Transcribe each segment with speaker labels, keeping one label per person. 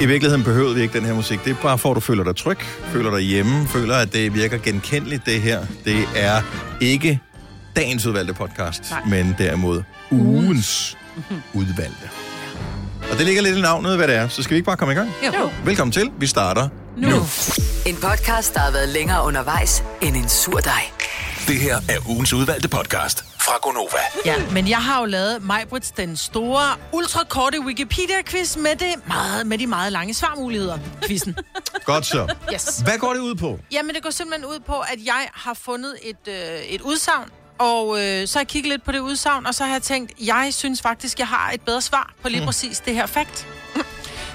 Speaker 1: I virkeligheden behøvede vi ikke den her musik. Det er bare for, at du føler dig tryg, føler dig hjemme, føler, at det virker genkendeligt, det her. Det er ikke dagens udvalgte podcast, Nej. men derimod ugens udvalgte. Og det ligger lidt i navnet, hvad det er. Så skal vi ikke bare komme i gang?
Speaker 2: Jo.
Speaker 1: Velkommen til. Vi starter nu. nu.
Speaker 3: En podcast, der har været længere undervejs end en sur dej.
Speaker 4: Det her er ugens udvalgte podcast fra Gonova.
Speaker 2: Ja, men jeg har jo lavet Majbrits den store, ultrakorte Wikipedia-quiz med, det meget, med de meget lange svarmuligheder. Quizzen.
Speaker 1: Godt så.
Speaker 2: Yes.
Speaker 1: Hvad går det ud på?
Speaker 2: Jamen, det går simpelthen ud på, at jeg har fundet et, øh, et udsagn, og øh, så har jeg kigget lidt på det udsagn, og så har jeg tænkt, jeg synes faktisk, jeg har et bedre svar på lige mm. præcis det her fakt.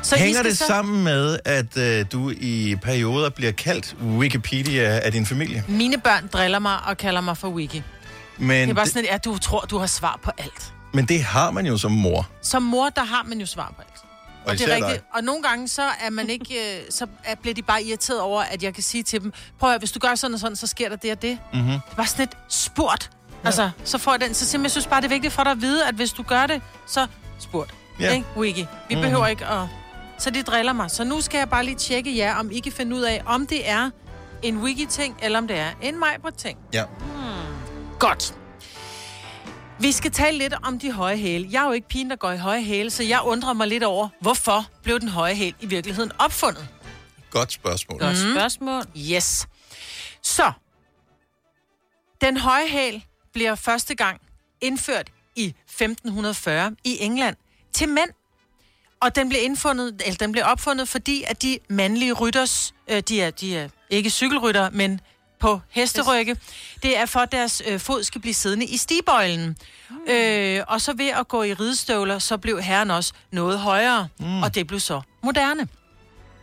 Speaker 2: Så I
Speaker 1: Hænger
Speaker 2: skal
Speaker 1: det
Speaker 2: så-
Speaker 1: sammen med, at øh, du i perioder bliver kaldt Wikipedia af din familie?
Speaker 2: Mine børn driller mig og kalder mig for Wiki. Det er
Speaker 1: Men
Speaker 2: bare
Speaker 1: det,
Speaker 2: sådan, et, at du tror, du har svar på alt.
Speaker 1: men det har man jo som mor.
Speaker 2: Som mor, der har man jo svar på alt.
Speaker 1: Og
Speaker 2: det
Speaker 1: især
Speaker 2: er
Speaker 1: dig.
Speaker 2: rigtigt. Og nogle gange, så, er man ikke, øh, så er, bliver de bare irriteret over, at jeg kan sige til dem, prøv at høre, hvis du gør sådan og sådan, så sker der det og det.
Speaker 1: Mhm.
Speaker 2: Mm-hmm. Det er bare sådan et spurt. Altså, så får jeg den. Så simpelthen, jeg synes bare, det er vigtigt for dig at vide, at hvis du gør det, så spurt.
Speaker 1: Ja. Mhm.
Speaker 2: Ikke, Wiki? Vi mm-hmm. behøver ikke at... Så de driller mig. Så nu skal jeg bare lige tjekke jer, om I kan finde ud af, om det er en wiki-ting, eller om det er en Majbert-ting.
Speaker 1: Ja.
Speaker 2: Godt. Vi skal tale lidt om de høje hæle. Jeg er jo ikke pigen, der går i høje hæle, så jeg undrer mig lidt over, hvorfor blev den høje hæl i virkeligheden opfundet?
Speaker 1: Godt spørgsmål.
Speaker 5: Godt spørgsmål.
Speaker 2: Mhm. Yes. Så, den høje hæl bliver første gang indført i 1540 i England til mænd. Og den blev, indfundet, eller den blev opfundet, fordi at de mandlige rytters, øh, de, er, de er ikke cykelrytter, men på hesterygge, det er for, at deres øh, fod skal blive siddende i stigbøjlen. Mm. Øh, og så ved at gå i ridestøvler, så blev herren også noget højere, mm. og det blev så moderne.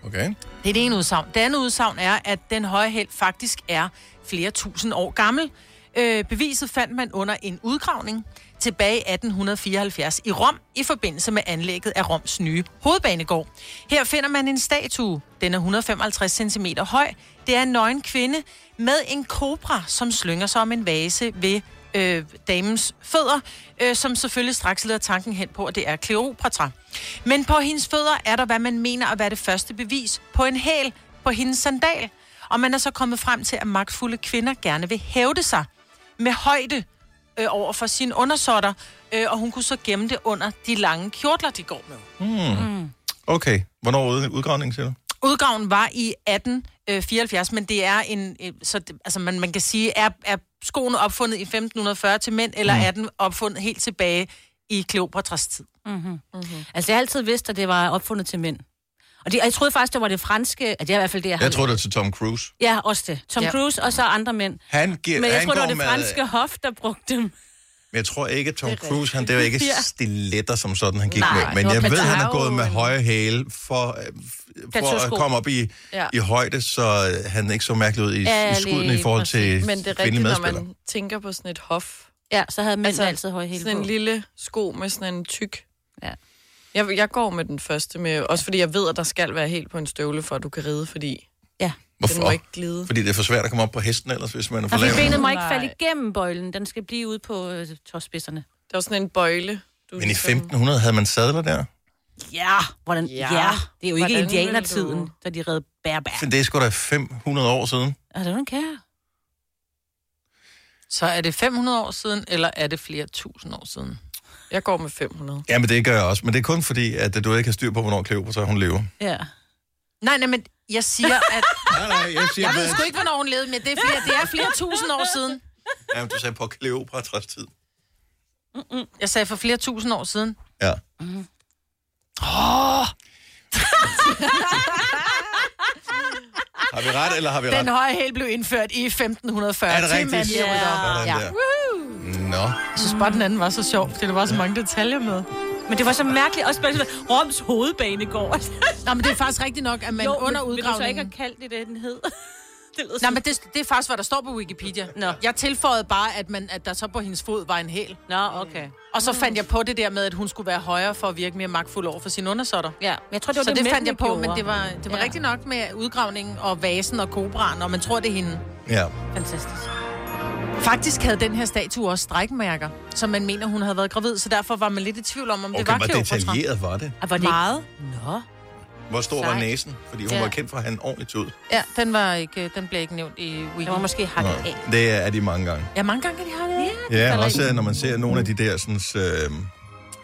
Speaker 1: Okay.
Speaker 2: Det er det ene udsagn. Det andet udsagn er, at den høje held faktisk er flere tusind år gammel. Øh, beviset fandt man under en udgravning tilbage i 1874 i Rom i forbindelse med anlægget af Roms nye hovedbanegård. Her finder man en statue. Den er 155 cm høj. Det er en nøgen kvinde med en kobra, som slynger sig om en vase ved øh, damens fødder, øh, som selvfølgelig straks leder tanken hen på, at det er Kleopatra. Men på hendes fødder er der, hvad man mener at være det første bevis på en hæl på hendes sandal. Og man er så kommet frem til, at magtfulde kvinder gerne vil hævde sig med højde øh, over for sine undersåtter, øh, og hun kunne så gemme det under de lange kjortler, de går med.
Speaker 1: Okay. Hvornår ud, udgravningen, siger du?
Speaker 2: Udgaven var i 1874, men det er en... øh, Så, det- altså, man, man kan sige, er, er skoene opfundet i 1540 til mænd, eller mm. er den opfundet helt tilbage i Kleopatras tid?
Speaker 5: Altså, jeg har altid vidst, at det var opfundet til mænd. Og, det, og jeg troede faktisk, det var det franske, at det er i hvert fald det, jeg,
Speaker 1: Jeg tror, det er til Tom Cruise.
Speaker 5: Ja, også det. Tom
Speaker 2: Ja.
Speaker 5: ja. Cruise og så andre mænd.
Speaker 1: Han giver,
Speaker 5: Men jeg
Speaker 1: han
Speaker 5: tror, det var
Speaker 1: går
Speaker 5: det
Speaker 1: med-
Speaker 5: franske hof, der brugte dem.
Speaker 1: Men jeg tror ikke, at Tom Cruise, han, det var ikke
Speaker 5: Ja.
Speaker 1: stiletter som sådan, han gik
Speaker 5: Nej,
Speaker 1: med. Men
Speaker 5: det var
Speaker 1: jeg ved, han har
Speaker 5: Patao,
Speaker 1: gået med
Speaker 5: men-
Speaker 1: høje hæle for, øh, f- for at
Speaker 5: Plateausko.
Speaker 1: komme op i, ja.
Speaker 6: Ja.
Speaker 1: i højde, så øh, han ikke så mærkelig ud i,
Speaker 5: Ja,
Speaker 1: i skuddene i
Speaker 5: lige
Speaker 1: forhold
Speaker 5: præcis.
Speaker 1: til
Speaker 6: Men det er
Speaker 1: kvindelige
Speaker 6: rigtigt, når
Speaker 1: medspillere.
Speaker 6: man tænker på sådan et hof.
Speaker 5: Ja, så havde mænd altså,
Speaker 6: Altså,
Speaker 5: altid høje hele
Speaker 6: Sådan
Speaker 5: på.
Speaker 6: en lille sko med sådan en tyk.
Speaker 5: Ja.
Speaker 6: Jeg, jeg går med den første, med, også fordi jeg ved, at der skal være helt på en støvle, for at du kan ride, fordi
Speaker 5: Ja.
Speaker 6: den må
Speaker 1: Hvorfor?
Speaker 6: ikke glide.
Speaker 1: Fordi det er for svært at komme op på hesten ellers, hvis man er for
Speaker 5: Og fordi
Speaker 1: lav.
Speaker 5: benet må ikke falde
Speaker 6: Nej.
Speaker 5: igennem bøjlen. Den skal blive ude på øh, tåspidserne.
Speaker 6: Der var sådan en bøjle. Du
Speaker 1: Men i
Speaker 6: ligesom-
Speaker 1: 1500 havde man sadler der.
Speaker 5: Ja, hvordan, ja.
Speaker 6: Ja.
Speaker 5: ja. Det er jo ikke
Speaker 6: Hvordan vil
Speaker 5: indianertiden,
Speaker 6: du-
Speaker 5: da de redde bærbær.
Speaker 1: Det er sgu da 500 år siden.
Speaker 5: Er der nogen kære?
Speaker 2: Så er det 500 år siden, eller er det flere tusind år siden?
Speaker 6: Jeg går med 500.
Speaker 1: Ja, men det gør jeg også. Men det er kun fordi, at du ikke har styr på, hvornår Kleopatra hun lever.
Speaker 5: Ja.
Speaker 2: Nej, nej, men jeg siger, at...
Speaker 1: Nej, nej, jeg siger,
Speaker 2: Jeg ved sgu ikke, hvornår hun levede, men det er flere, det er flere tusind år siden.
Speaker 1: Jamen, du sagde på Kleopatras tid.
Speaker 2: Jeg sagde for flere tusind år siden.
Speaker 1: Ja. Har vi ret, eller har vi ret?
Speaker 2: Den høje hæl blev indført i 1540.
Speaker 1: Er det
Speaker 2: til
Speaker 1: rigtigt?
Speaker 2: mandlige
Speaker 1: Ja.
Speaker 2: ryttere.
Speaker 1: Sådan
Speaker 2: Ja.
Speaker 1: der. Nå.
Speaker 2: Jeg synes bare, den anden var så sjov, fordi der var så mange detaljer med.
Speaker 5: Men det var så mærkeligt. Også bare sådan, Roms hovedbanegård.
Speaker 2: Nå, men det er faktisk rigtigt nok, at man jo, under
Speaker 5: vil, vil du så ikke
Speaker 2: udgravningen...
Speaker 5: have kaldt det, det den hed? det lyder
Speaker 2: Nej,
Speaker 5: sådan-
Speaker 2: men det, det er faktisk, hvad der står på Wikipedia. Nå. Jeg tilføjede bare, at, man, at der så på hendes fod var en hæl.
Speaker 5: Nå, okay.
Speaker 2: Og så fandt jeg på det der med, at hun skulle være højere for at virke mere magtfuld over for sine undersåtter.
Speaker 5: Ja, men jeg tror, det var
Speaker 2: Så
Speaker 5: det,
Speaker 2: det, det
Speaker 5: mændene
Speaker 2: fandt jeg på,
Speaker 5: gjorde.
Speaker 2: men det var, det var ja.
Speaker 5: Ja.
Speaker 2: rigtigt nok med udgravningen og vasen og kobraen, og man tror, det er hende.
Speaker 1: Ja.
Speaker 5: Fantastisk.
Speaker 2: Faktisk havde den her statue også strækmærker, som man mener, hun havde været gravid, så derfor var man lidt i tvivl om, om det
Speaker 1: Okay,
Speaker 2: var
Speaker 1: hvor
Speaker 2: Kleopatra.
Speaker 1: detaljeret var det?
Speaker 5: Og var Ah, det
Speaker 2: Meget.
Speaker 5: Ikke? Nå.
Speaker 1: Hvor stor var
Speaker 2: Sejt.
Speaker 1: næsen? Fordi hun
Speaker 2: Ja.
Speaker 1: var kendt for at have en ordentlig tud.
Speaker 2: Ja, den, var ikke, den blev ikke nævnt i Wiki.
Speaker 5: Jeg må måske hakke
Speaker 1: Nå,
Speaker 5: af.
Speaker 1: Det er de mange gange.
Speaker 2: Ja, mange gange kan de have det. Yeah.
Speaker 1: Ja, også når man ser nogle af de der sådan, øh,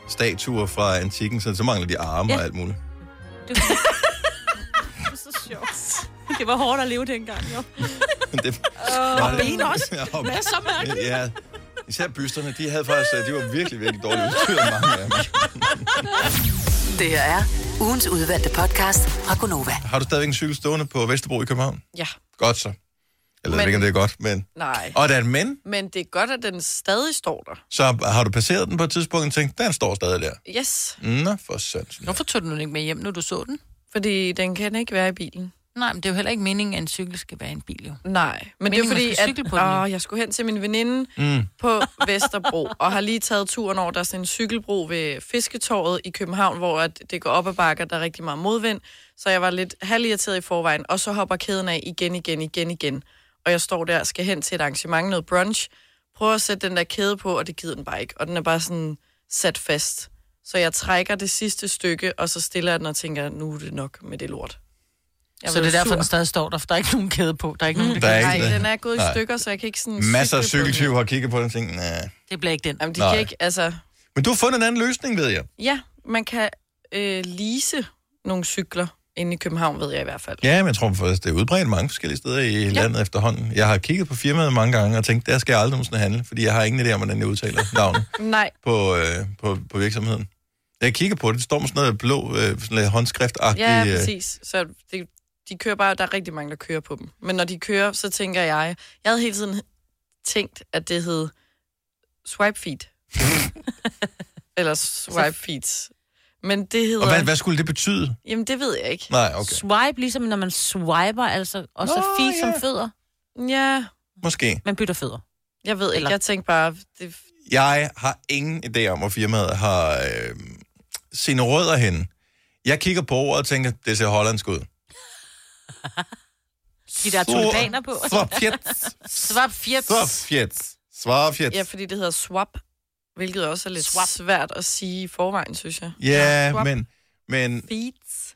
Speaker 1: statuer fra antikken, så, så mangler de arme ja.
Speaker 5: Ja.
Speaker 1: og alt muligt.
Speaker 5: Det er så sjovt. Det var hårdt at leve dengang, jo.
Speaker 1: det, var det.
Speaker 2: ben også.
Speaker 1: Ja, og,
Speaker 2: Hvad er så mærkeligt?
Speaker 1: ja, især bysterne, de havde faktisk, øh, de var virkelig, virkelig dårligt udstyret, mange af dem.
Speaker 3: Det her er ugens udvalgte podcast fra Gonova.
Speaker 1: Har du stadigvæk en cykel stående på Vesterbro i København?
Speaker 6: Ja,
Speaker 1: Godt så. Jeg ved
Speaker 6: Men-
Speaker 1: ikke, om det er godt, men...
Speaker 6: nej.
Speaker 1: Og der er en men,
Speaker 6: Men det er godt, at den stadig står der.
Speaker 1: så har du passeret den på et tidspunkt og tænkt, den står stadig der.
Speaker 6: Yes,
Speaker 1: Nå, for sandt.
Speaker 2: Hvorfor tog du den ikke med hjem, når du så den?
Speaker 6: fordi den kan ikke være i bilen.
Speaker 2: Nej, men det er jo heller ikke meningen, at en cykel skal være en bil, jo.
Speaker 6: Nej, men, men det er
Speaker 2: Meningen, man
Speaker 6: fordi,
Speaker 2: skal cykle
Speaker 6: at
Speaker 2: på den, jo.
Speaker 6: åh, jeg skulle hen til min veninde mm. på Vesterbro, og har lige taget turen over, der er sådan en cykelbro ved Fisketorvet i København, hvor at det går op ad bakker, der er rigtig meget modvind, så jeg var lidt halvirriteret i forvejen, og så hopper kæden af igen, igen, igen, igen. Og jeg står der og skal hen til et arrangement, noget brunch, prøver at sætte den der kæde på, og det gider den bare ikke, og den er bare sådan sat fast. Så jeg trækker det sidste stykke, og så stiller jeg den og tænker, nu er det nok med det lort. Jeg
Speaker 2: Så det
Speaker 6: blev
Speaker 2: er derfor,
Speaker 6: sur.
Speaker 2: den stadig står der, for der er ikke nogen kæde på. Der er ikke nogen,
Speaker 1: Der er
Speaker 6: Nej,
Speaker 1: ikke det.
Speaker 6: den er gået i
Speaker 1: Nej.
Speaker 6: stykker, så jeg kan ikke sådan...
Speaker 1: Masser af
Speaker 6: cykle på den.
Speaker 1: cykeltyve har kigget på den og tænkt, nej.
Speaker 2: Det bliver ikke den.
Speaker 6: Jamen, de
Speaker 1: Nej.
Speaker 6: Nej. kan ikke, altså...
Speaker 1: Men du har fundet en anden løsning, ved jeg.
Speaker 6: Ja, man kan øh, lease nogle cykler inde i København, ved jeg i hvert fald.
Speaker 1: Ja, men jeg tror faktisk, det er udbredt mange forskellige steder i ja. landet efterhånden. Jeg har kigget på firmaet mange gange og tænkt, der skal jeg aldrig nogensinde handle, fordi jeg har ingen idé om, hvordan jeg udtaler navnet
Speaker 6: Nej,
Speaker 1: på, øh, på, på virksomheden. Da jeg kigger på det, det står med sådan noget blå øh, sådan lidt håndskriftagtigt.
Speaker 6: ja,
Speaker 1: øh,
Speaker 6: præcis. Så det, de kører bare, der er rigtig mange, der kører på dem. Men når de kører, så tænker jeg... Jeg havde hele tiden tænkt, at det hed Swipe Feet. Eller Swipe Feet. Men det hedder...
Speaker 1: Og hvad, hvad skulle det betyde?
Speaker 6: Jamen, det ved jeg ikke.
Speaker 1: Nej,
Speaker 5: Okay.
Speaker 1: okay.
Speaker 5: Swipe, ligesom når man swiper, altså, og så
Speaker 1: Nå,
Speaker 5: feet
Speaker 1: ja.
Speaker 5: som fødder.
Speaker 6: Ja,
Speaker 1: Måske.
Speaker 5: Man bytter fødder.
Speaker 6: jeg ved ikke.
Speaker 5: Eller-
Speaker 6: Jeg tænkte bare... Det,
Speaker 1: Jeg har ingen idé om, hvor firmaet har øh, sine rødder henne. Jeg kigger på ordet og tænker, det ser hollandsk ud.
Speaker 5: De der tulipaner på.
Speaker 1: Svapjet.
Speaker 2: Svap fjeps.
Speaker 1: Svapjet. Svapjet.
Speaker 6: ja, fordi det hedder swap, hvilket også er lidt
Speaker 2: Swap.
Speaker 6: swap. svært at sige i forvejen, synes jeg.
Speaker 1: Ja,
Speaker 6: Swap.
Speaker 1: men, men...
Speaker 6: Feet.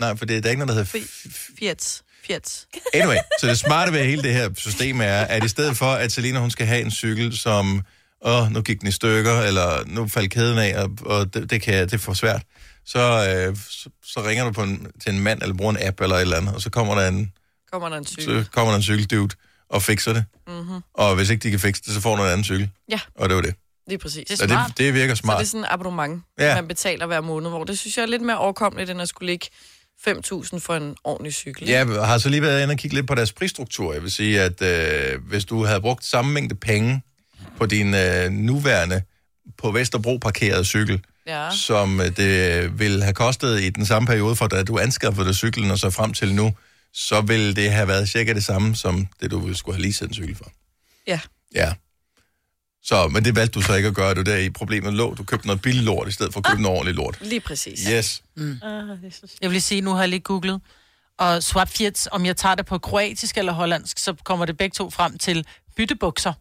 Speaker 1: Nej, for det er der er ikke noget, der hedder... f-
Speaker 6: Fiat. Fiat.
Speaker 1: Anyway, så det smarte ved hele det her system er, at i stedet for, at Selina hun skal have en cykel, som, åh, nu gik den i stykker, eller nu faldt kæden af, og, og det, det, kan, jeg- det er for svært, så, øh, så, så ringer du på en, til en mand, eller bruger en app, eller et eller andet, og så kommer der en,
Speaker 6: Kommer der en cykel?
Speaker 1: så kommer der en cykeldude og fikser det. Mm-hmm. Og hvis ikke de kan fikse det, så får du en anden cykel.
Speaker 6: Mhm. Ja.
Speaker 1: Og det var det.
Speaker 6: Lige præcis.
Speaker 2: Det
Speaker 6: Det
Speaker 1: Så
Speaker 6: er
Speaker 2: Smart.
Speaker 1: det, det virker
Speaker 6: så det
Speaker 1: smart.
Speaker 6: er sådan en abonnement,
Speaker 1: Ja.
Speaker 6: ja. man betaler hver måned, hvor det synes jeg er lidt mere overkommeligt, end at skulle lægge 5.000 for en ordentlig cykel.
Speaker 1: Ja, jeg har så lige været inde og kigge lidt på deres prisstruktur. Jeg vil sige, at øh, hvis du havde brugt samme mængde penge på din øh, nuværende på Vesterbro parkerede cykel,
Speaker 6: ja.
Speaker 1: som øh, det ville have kostet i den samme periode, fra da du anskaffede dig cyklen og så frem til nu, så ville det have været cirka det samme, som det du ville skulle have leaset en cykel for.
Speaker 6: ja.
Speaker 1: Ja. Så, men det valgte du så ikke at gøre, det var der i problemet lå. Du købte noget billig lort, i stedet for at købe noget ordentligt lort.
Speaker 6: Lige præcis.
Speaker 1: Yes.
Speaker 2: Jeg vil lige sige, nu har jeg lige googlet. Og swap fjets, om jeg tager det på kroatisk eller hollandsk, så kommer det begge to frem til byttebukser.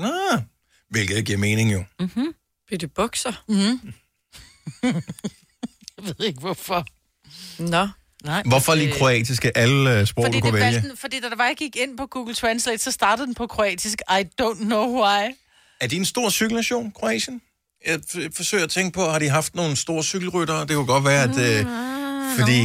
Speaker 1: Nå, hvilket giver mening jo.
Speaker 6: Bytte bukser.
Speaker 2: Jeg ved ikke, hvorfor.
Speaker 6: Nå.
Speaker 2: Nej.
Speaker 1: Hvorfor lige kroatiske alle øh, sprog,
Speaker 2: Fordi,
Speaker 1: du kunne
Speaker 2: det var
Speaker 1: vælge?
Speaker 2: sådan, fordi da der var, jeg gik ind på Google Translate, så startede den på kroatisk. I don't know why.
Speaker 1: Er de en stor cykelnation, Kroatien? Jeg f- forsøger at tænke på, har de haft nogle store cykelryttere? Det kunne godt være, at... Øh,
Speaker 5: Mm,
Speaker 1: fordi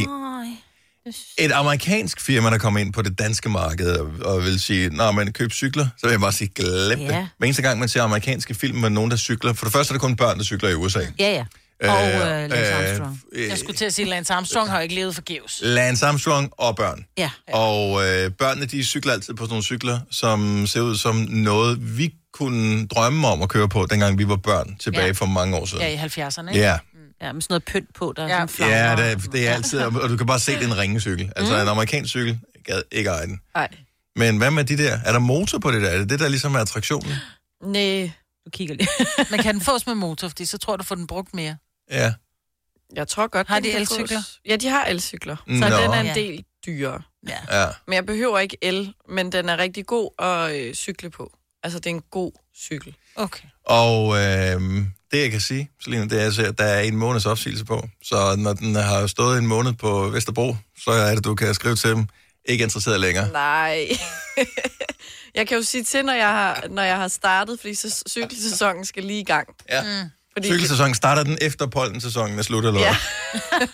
Speaker 1: et amerikansk firma, der kommer ind på det danske marked og, og vil sige, når man køber cykler, så vil jeg bare sige, glem det.
Speaker 5: Ja.
Speaker 1: Hver eneste gang, man ser amerikanske film med nogen, der cykler... For det første er det kun børn, der cykler i USA.
Speaker 5: Ja, ja. Og øh, Lance Armstrong.
Speaker 1: Øh,
Speaker 2: Jeg skulle til at sige, Lance Armstrong har jo ikke levet forgæves.
Speaker 1: Lance Armstrong og børn.
Speaker 5: Ja.
Speaker 1: Og øh, børnene, de cykler altid på sådan nogle cykler, som ser ud som noget, vi kunne drømme om at køre på, dengang vi var børn, tilbage ja.
Speaker 2: Ja.
Speaker 1: for mange år siden.
Speaker 2: Ja, i 70'erne, ikke?
Speaker 1: Ja,
Speaker 5: Ja, med sådan noget pynt på, der er
Speaker 2: Ja.
Speaker 5: sådan flammer.
Speaker 1: ja det, det er altid, og og du kan bare se, det er en ringecykel.
Speaker 2: Mm.
Speaker 1: Altså en amerikansk cykel, jeg gad ikke eje den.
Speaker 6: Nej.
Speaker 1: Men hvad med de der? Er der motor på det der? Er det det, der ligesom er attraktionen?
Speaker 6: Nej.
Speaker 5: Du kigger lige.
Speaker 2: Men kan den fås med motor, fordi så tror jeg, du får den brugt mere.
Speaker 1: Ja.
Speaker 6: Jeg tror godt,
Speaker 2: Har
Speaker 6: den
Speaker 2: de
Speaker 6: kan
Speaker 2: elcykler?
Speaker 6: fås. Ja, de har elcykler. Så
Speaker 1: Nå.
Speaker 6: den er
Speaker 2: Ja.
Speaker 6: en del dyrere.
Speaker 2: Ja.
Speaker 1: ja.
Speaker 6: Men jeg behøver ikke el, men den er rigtig god at øh, cykle på. Altså, det er en god cykel.
Speaker 2: Okay.
Speaker 1: Og øh, det, jeg kan sige, Selina, det er, altså, at der er en måneds opsigelse på. Så når den har stået en måned på Vesterbro, så er det, du kan skrive til dem. Ikke interesseret længere.
Speaker 6: Nej. jeg kan jo sige til, når jeg har, når jeg har startet, fordi så cykelsæsonen skal lige i gang.
Speaker 1: Ja.
Speaker 2: Mm.
Speaker 6: Fordi,
Speaker 1: Cykelsæsonen starter den efter pollensæsonen er slut, eller ja.
Speaker 6: Ja.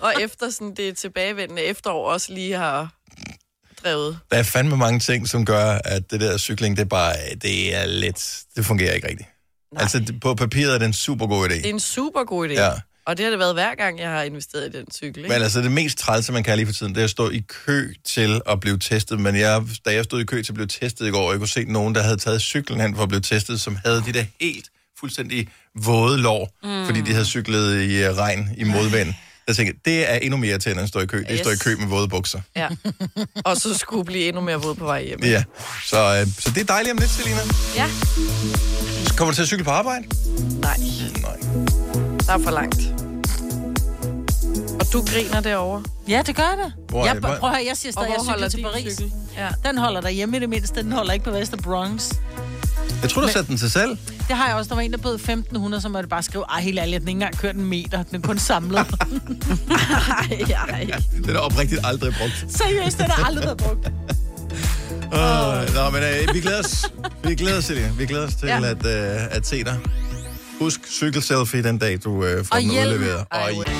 Speaker 6: og efter sådan det tilbagevendende efterår også lige har drevet.
Speaker 1: Der er fandme mange ting, som gør, at det der cykling, det er bare, det er lidt, det fungerer ikke rigtigt. Nej. Altså, det- på papiret er det en super god idé.
Speaker 6: Det er en super god idé.
Speaker 1: Ja.
Speaker 6: Og det har det været hver gang, jeg har investeret i den cykel. Ikke?
Speaker 1: Men altså, det mest trælse, man kan lige for tiden, det er at stå i kø til at blive testet. Men jeg, da jeg stod i kø til at blive testet i går, jeg kunne se nogen, der havde taget cyklen hen for at blive testet, som havde de der helt fuldstændig våde lår, mm. fordi de havde cyklet i øh, regn, i modvind. Der tænkte jeg, det er endnu mere irriterende end at stå i kø. Det er at stå i
Speaker 6: Yes.
Speaker 1: kø med våde bukser.
Speaker 6: Ja. Og så skulle blive endnu mere våd på vej hjem.
Speaker 1: Ja, så, øh, så det er dejligt om lidt, Selina.
Speaker 6: Ja.
Speaker 1: Kommer du til at cykle på arbejde?
Speaker 6: Nej,
Speaker 1: Nej.
Speaker 6: der er for langt. Og du griner derovre.
Speaker 2: Ja, det gør det.
Speaker 1: Hvor-
Speaker 2: jeg,
Speaker 1: hvor-
Speaker 2: prøv at høre, jeg siger
Speaker 6: Og
Speaker 2: stadig, jeg cykler til Paris. Cykel?
Speaker 6: Ja.
Speaker 2: Den holder der hjemme i det mindste, den holder ikke på Vester Bronx.
Speaker 1: Jeg tror, du satte den til selv.
Speaker 2: Det har jeg også. Der var en, der bød 1.500, så måtte jeg bare skrive, ej, helt ærligt, den ikke engang kørt en meter, den er kun samlet.
Speaker 6: Ej, ej.
Speaker 1: Den er oprigtigt aldrig brugt.
Speaker 2: Seriøst, den har aldrig været brugt.
Speaker 1: Oh. Nå, men øh, vi glæder os. Vi glæder os, Selina. Vi glæder os til ja.
Speaker 6: Ja.
Speaker 1: at, øh, at se dig. Husk cykelselfie den dag, du øh, får
Speaker 2: Og
Speaker 1: den
Speaker 2: hjelm.
Speaker 1: udleveret. Og hjelm.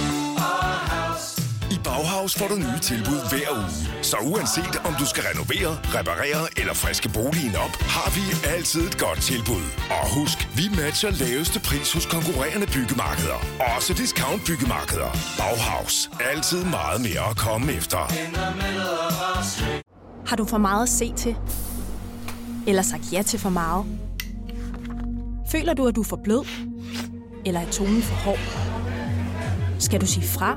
Speaker 4: I Bauhaus får du nye tilbud hver uge. Så uanset om du skal renovere, reparere eller friske boligen op, har vi altid et godt tilbud. Og husk, vi matcher laveste pris hos konkurrerende byggemarkeder. Også discount byggemarkeder. Bauhaus. Altid meget mere at komme efter.
Speaker 7: Har du for meget at se til? Eller sagt ja til for meget? Føler du, at du er for blød? Eller er tonen for hård? Skal du sige fra?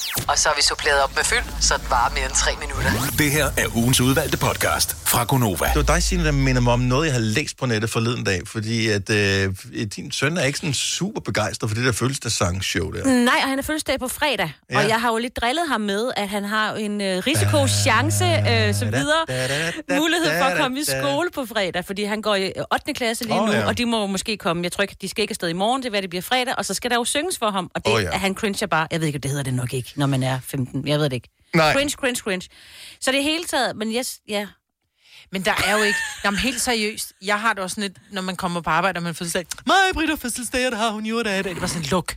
Speaker 3: Og så har vi suppleret op med fyld, så det varer mere end tre minutter.
Speaker 4: Det her er ugens udvalgte podcast fra Gonova.
Speaker 1: Det var dig, Signe, der minder mig om noget, jeg havde læst på nettet forleden dag. Fordi at øh, din søn er ikke sådan super begejstret for det der følelsesangshow der.
Speaker 5: Nej, og han er fødselsdag på fredag. Ja.
Speaker 1: Ja.
Speaker 5: Og jeg har jo lidt drillet ham med, at han har en øh, risikochance, øh, som
Speaker 1: Da, da,
Speaker 5: videre
Speaker 1: da, da, da,
Speaker 5: mulighed for
Speaker 1: da,
Speaker 5: at komme i
Speaker 1: da.
Speaker 5: skole på fredag, fordi han går i øh, 8. klasse lige
Speaker 1: Åh,
Speaker 5: nu,
Speaker 1: ja.
Speaker 5: og de må jo måske komme. Jeg tror ikke, de skal ikke afsted i morgen, det er hvad det bliver fredag, og så skal der jo synges for ham, og det
Speaker 1: Åh,
Speaker 5: oh,
Speaker 1: ja.
Speaker 5: ja. han cringer bare. Jeg ved ikke, det hedder det nok ikke, når man er 15. Jeg ved det ikke.
Speaker 1: Nej.
Speaker 5: Cringe, cringe, cringe. Så det hele taget, men yes, ja.
Speaker 2: Men der er jo ikke... Jamen, helt seriøst. Jeg har det også sådan lidt, når man kommer på arbejde, og man fødselsdag. Mig, Britt, har fødselsdag, og det har hun jo i dag. Det var sådan, luk.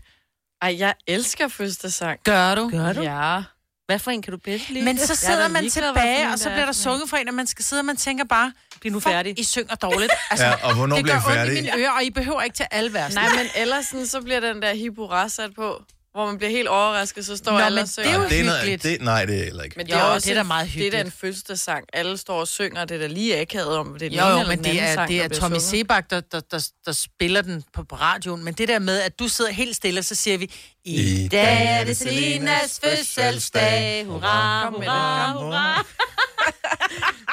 Speaker 6: Ej, jeg elsker fødselsdagssang.
Speaker 2: Gør du?
Speaker 5: Gør du? Ja.
Speaker 6: Ja.
Speaker 5: Hvad for en kan du bedst lide?
Speaker 2: Men så
Speaker 6: Jeg er
Speaker 2: sidder
Speaker 6: da
Speaker 2: man
Speaker 6: ligeglad, hvad for en
Speaker 2: tilbage, og
Speaker 6: det
Speaker 2: så
Speaker 6: er
Speaker 2: bliver der
Speaker 6: for
Speaker 2: sunget for en, og man skal sidde, og man tænker bare,
Speaker 5: Bliv nu
Speaker 2: fuck,
Speaker 5: færdig.
Speaker 2: I synger dårligt. Altså,
Speaker 1: Ja, og hvornår
Speaker 2: det
Speaker 1: bliver
Speaker 2: gør
Speaker 1: jeg
Speaker 2: ondt i
Speaker 1: færdig?
Speaker 2: mine ører, og I behøver ikke til alle vers.
Speaker 6: Nej, men ellers sådan, så bliver den der hip hurra sat på, hvor man bliver helt overrasket, så står
Speaker 2: Nå,
Speaker 6: alle
Speaker 2: men
Speaker 6: og
Speaker 2: det er
Speaker 6: synger.
Speaker 2: jo
Speaker 1: Det er noget,
Speaker 2: hyggeligt.
Speaker 1: det, nej, det er heller ikke.
Speaker 6: Men
Speaker 2: Jo, det er
Speaker 6: en-
Speaker 2: da meget
Speaker 6: Det er da en
Speaker 2: hyggeligt.
Speaker 6: fødselsdagssang. Alle står og synger, og det er da lige akavet om, det er den
Speaker 2: Jo,
Speaker 6: ene
Speaker 2: jo,
Speaker 6: eller
Speaker 2: men
Speaker 6: den
Speaker 2: det
Speaker 6: anden
Speaker 2: er,
Speaker 6: sang,
Speaker 2: det
Speaker 6: der
Speaker 2: er
Speaker 6: bliver
Speaker 2: Tommy
Speaker 6: sunget.
Speaker 2: Sebak, der, der, der, der spiller den på på radioen. Men det der med, at du sidder helt stille, og så siger vi... I dag er det Selinas fødselsdag. Hurra,
Speaker 6: Kom med
Speaker 2: hurra,
Speaker 6: det.
Speaker 2: hurra.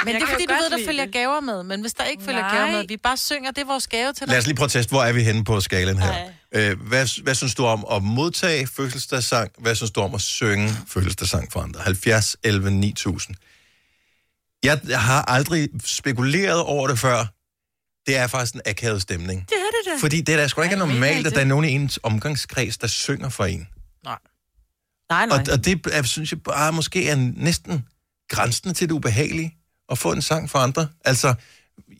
Speaker 2: Men det er
Speaker 6: kan
Speaker 2: fordi, du
Speaker 6: godt
Speaker 2: ved, der
Speaker 6: lide
Speaker 2: følger
Speaker 6: det.
Speaker 2: gaver med. Men hvis der ikke følger
Speaker 6: Nej.
Speaker 2: gaver med, vi bare synger, det er vores gave til
Speaker 1: Lad
Speaker 2: dig.
Speaker 1: os lige prøve at teste, hvor er vi henne på skalaen her. Øh, hvad, hvad synes du om at modtage fødselsdagssang? Hvad synes du om at synge fødselsdagssang for andre? 70, 11, 9000. Jeg har aldrig spekuleret over det før. Det er faktisk en akavet stemning. Det er det da. Fordi det er da sgu da ikke normalt, at der er nogen i ens omgangskreds, der synger for en.
Speaker 5: Nej, nej.
Speaker 1: Og, og det er, synes jeg bare måske er næsten grænsen til det ubehagelige at få en sang for andre. Altså,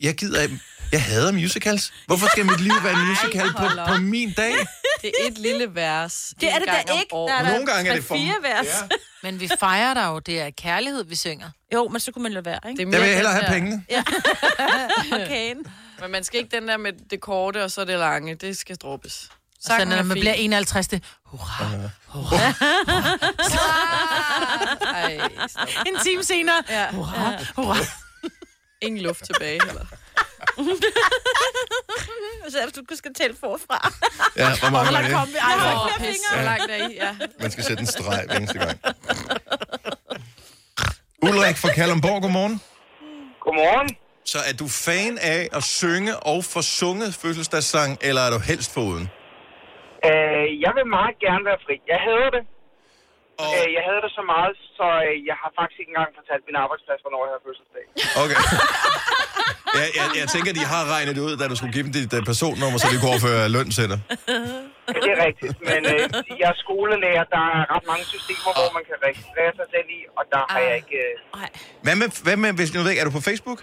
Speaker 1: jeg gider... Jeg hader musicals. Hvorfor skal mit liv være en musical på, på min dag?
Speaker 6: Det er et lille vers.
Speaker 5: Det er
Speaker 6: en
Speaker 5: det da
Speaker 6: gang om
Speaker 5: ikke.
Speaker 6: året.
Speaker 5: Der er da Nogle gange er det for- tre-fire vers. Ja.
Speaker 2: Men vi fejrer dig jo. Det er kærlighed, vi synger.
Speaker 5: Jo, men så kunne man lade være, ikke?
Speaker 6: Det er Jeg vil mere hellere den have der- pengene.
Speaker 5: Ja. okay.
Speaker 6: Men man skal ikke den der med det korte, og så det lange. Det skal droppes.
Speaker 2: Så
Speaker 6: Sangen
Speaker 2: når
Speaker 6: er
Speaker 2: man
Speaker 6: fin.
Speaker 2: bliver 51, det hurra, hurra, hurra. En time senere.
Speaker 6: Ja.
Speaker 2: Hurra, hurra.
Speaker 6: Ingen luft tilbage heller.
Speaker 5: Så er det, du skal tælle forfra.
Speaker 1: Ja, hvor mange
Speaker 5: Hvor
Speaker 1: er
Speaker 5: langt
Speaker 1: det?
Speaker 5: kom vi? Ej, hvor
Speaker 6: Åh,
Speaker 5: flere
Speaker 6: pis.
Speaker 5: fingre.
Speaker 6: Hvor langt er I? Ja.
Speaker 1: Man skal sætte en streg hver eneste gang. Ulrik fra Kalundborg, godmorgen.
Speaker 8: Godmorgen.
Speaker 1: Så er du fan af at synge og få sunget fødselsdagssang, eller er du helst foruden?
Speaker 8: Øh, jeg vil meget gerne være fri. Jeg hader det. Og... Øh, jeg hader det så meget, så øh, jeg har faktisk ikke engang fortalt min arbejdsplads, hvornår jeg har fødselsdag.
Speaker 1: Okay. Jeg, jeg, jeg tænker, de har regnet det ud, da du skulle give dem dit øh, personnummer, så de kunne overføre løn til dig.
Speaker 8: Ja, det er rigtigt, men øh, jeg er skolelærer. Der er ret mange systemer, hvor man kan registrere sig selv i, og der har jeg ikke... Øh,
Speaker 1: Hvad med, hvad med hvis nu ved jeg ikke, er du på Facebook?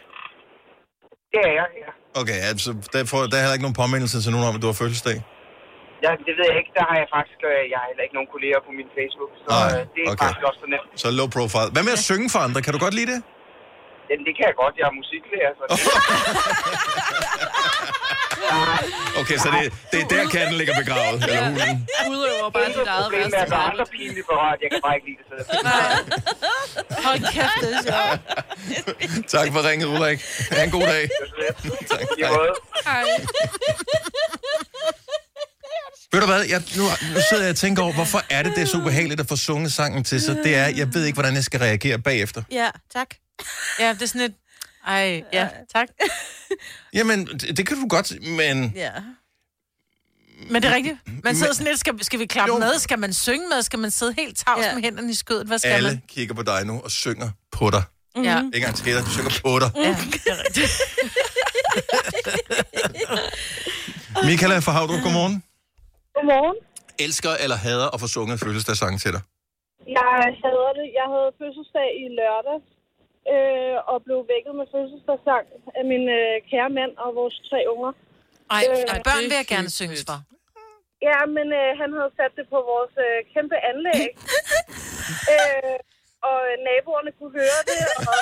Speaker 8: det er jeg, ja.
Speaker 1: Okay, altså, der, får, der er heller ikke nogen påmindelse til nogen om, at du har fødselsdag.
Speaker 8: jeg. Det ved jeg ikke. Der har jeg faktisk... Øh, jeg har heller ikke nogen kolleger på min Facebook, så
Speaker 1: Nej,
Speaker 8: øh, det er
Speaker 1: okay.
Speaker 8: okay. faktisk også så nemt.
Speaker 1: Så low profile. Hvad med at synge for andre? Kan du godt lide det?
Speaker 8: Jamen, det kan jeg godt. Jeg er musiklærer, så... Det...
Speaker 1: Okay, så det, det er der, katten ligger begravet, eller hunden.
Speaker 6: Udøver bare dit eget
Speaker 8: Problemet er, at der er andre pinlige berørt. Jeg kan bare ikke lide det selv.
Speaker 6: Hold kæft, det er sjovt.
Speaker 1: Tak for ringet, Ulrik. Ha' en god dag. Tak. Hej.
Speaker 6: Hej.
Speaker 1: Ved du hvad, jeg, nu, nu sidder jeg og tænker over, hvorfor er det, det er så ubehageligt at få sunget sangen til, så det er, jeg ved ikke, hvordan jeg skal reagere bagefter.
Speaker 5: Ja, tak.
Speaker 2: Ja, det er sådan et... Ej, ja, tak.
Speaker 1: Jamen, det, det kan du godt, men...
Speaker 5: Ja.
Speaker 2: Men det er rigtigt. Man sidder
Speaker 1: Men-
Speaker 2: sådan lidt, skal, skal vi klappe
Speaker 1: Jo.
Speaker 2: med? Skal man synge med? Skal man sidde helt tavs ja. med hænderne i skødet? Hvad skal
Speaker 1: Alle
Speaker 2: man?
Speaker 1: kigger på dig nu og synger på dig.
Speaker 2: Mhm. Ja.
Speaker 1: Ikke engang til dig, de synger på dig.
Speaker 2: ja, det er rigtigt.
Speaker 1: Michaela fra Havdrup, godmorgen.
Speaker 9: Godmorgen.
Speaker 1: Elsker eller hader at få sunget fødselsdagssang til dig?
Speaker 9: Jeg hader det. Jeg havde fødselsdag i lørdag øh, og blev vækket med fødselsdagssang af min øh, kære mand og vores tre unger.
Speaker 2: Ej, ej, børn vil jeg gerne synge for.
Speaker 9: Ja, men øh, han havde sat det på vores øh, kæmpe anlæg. øh, og naboerne kunne høre det, og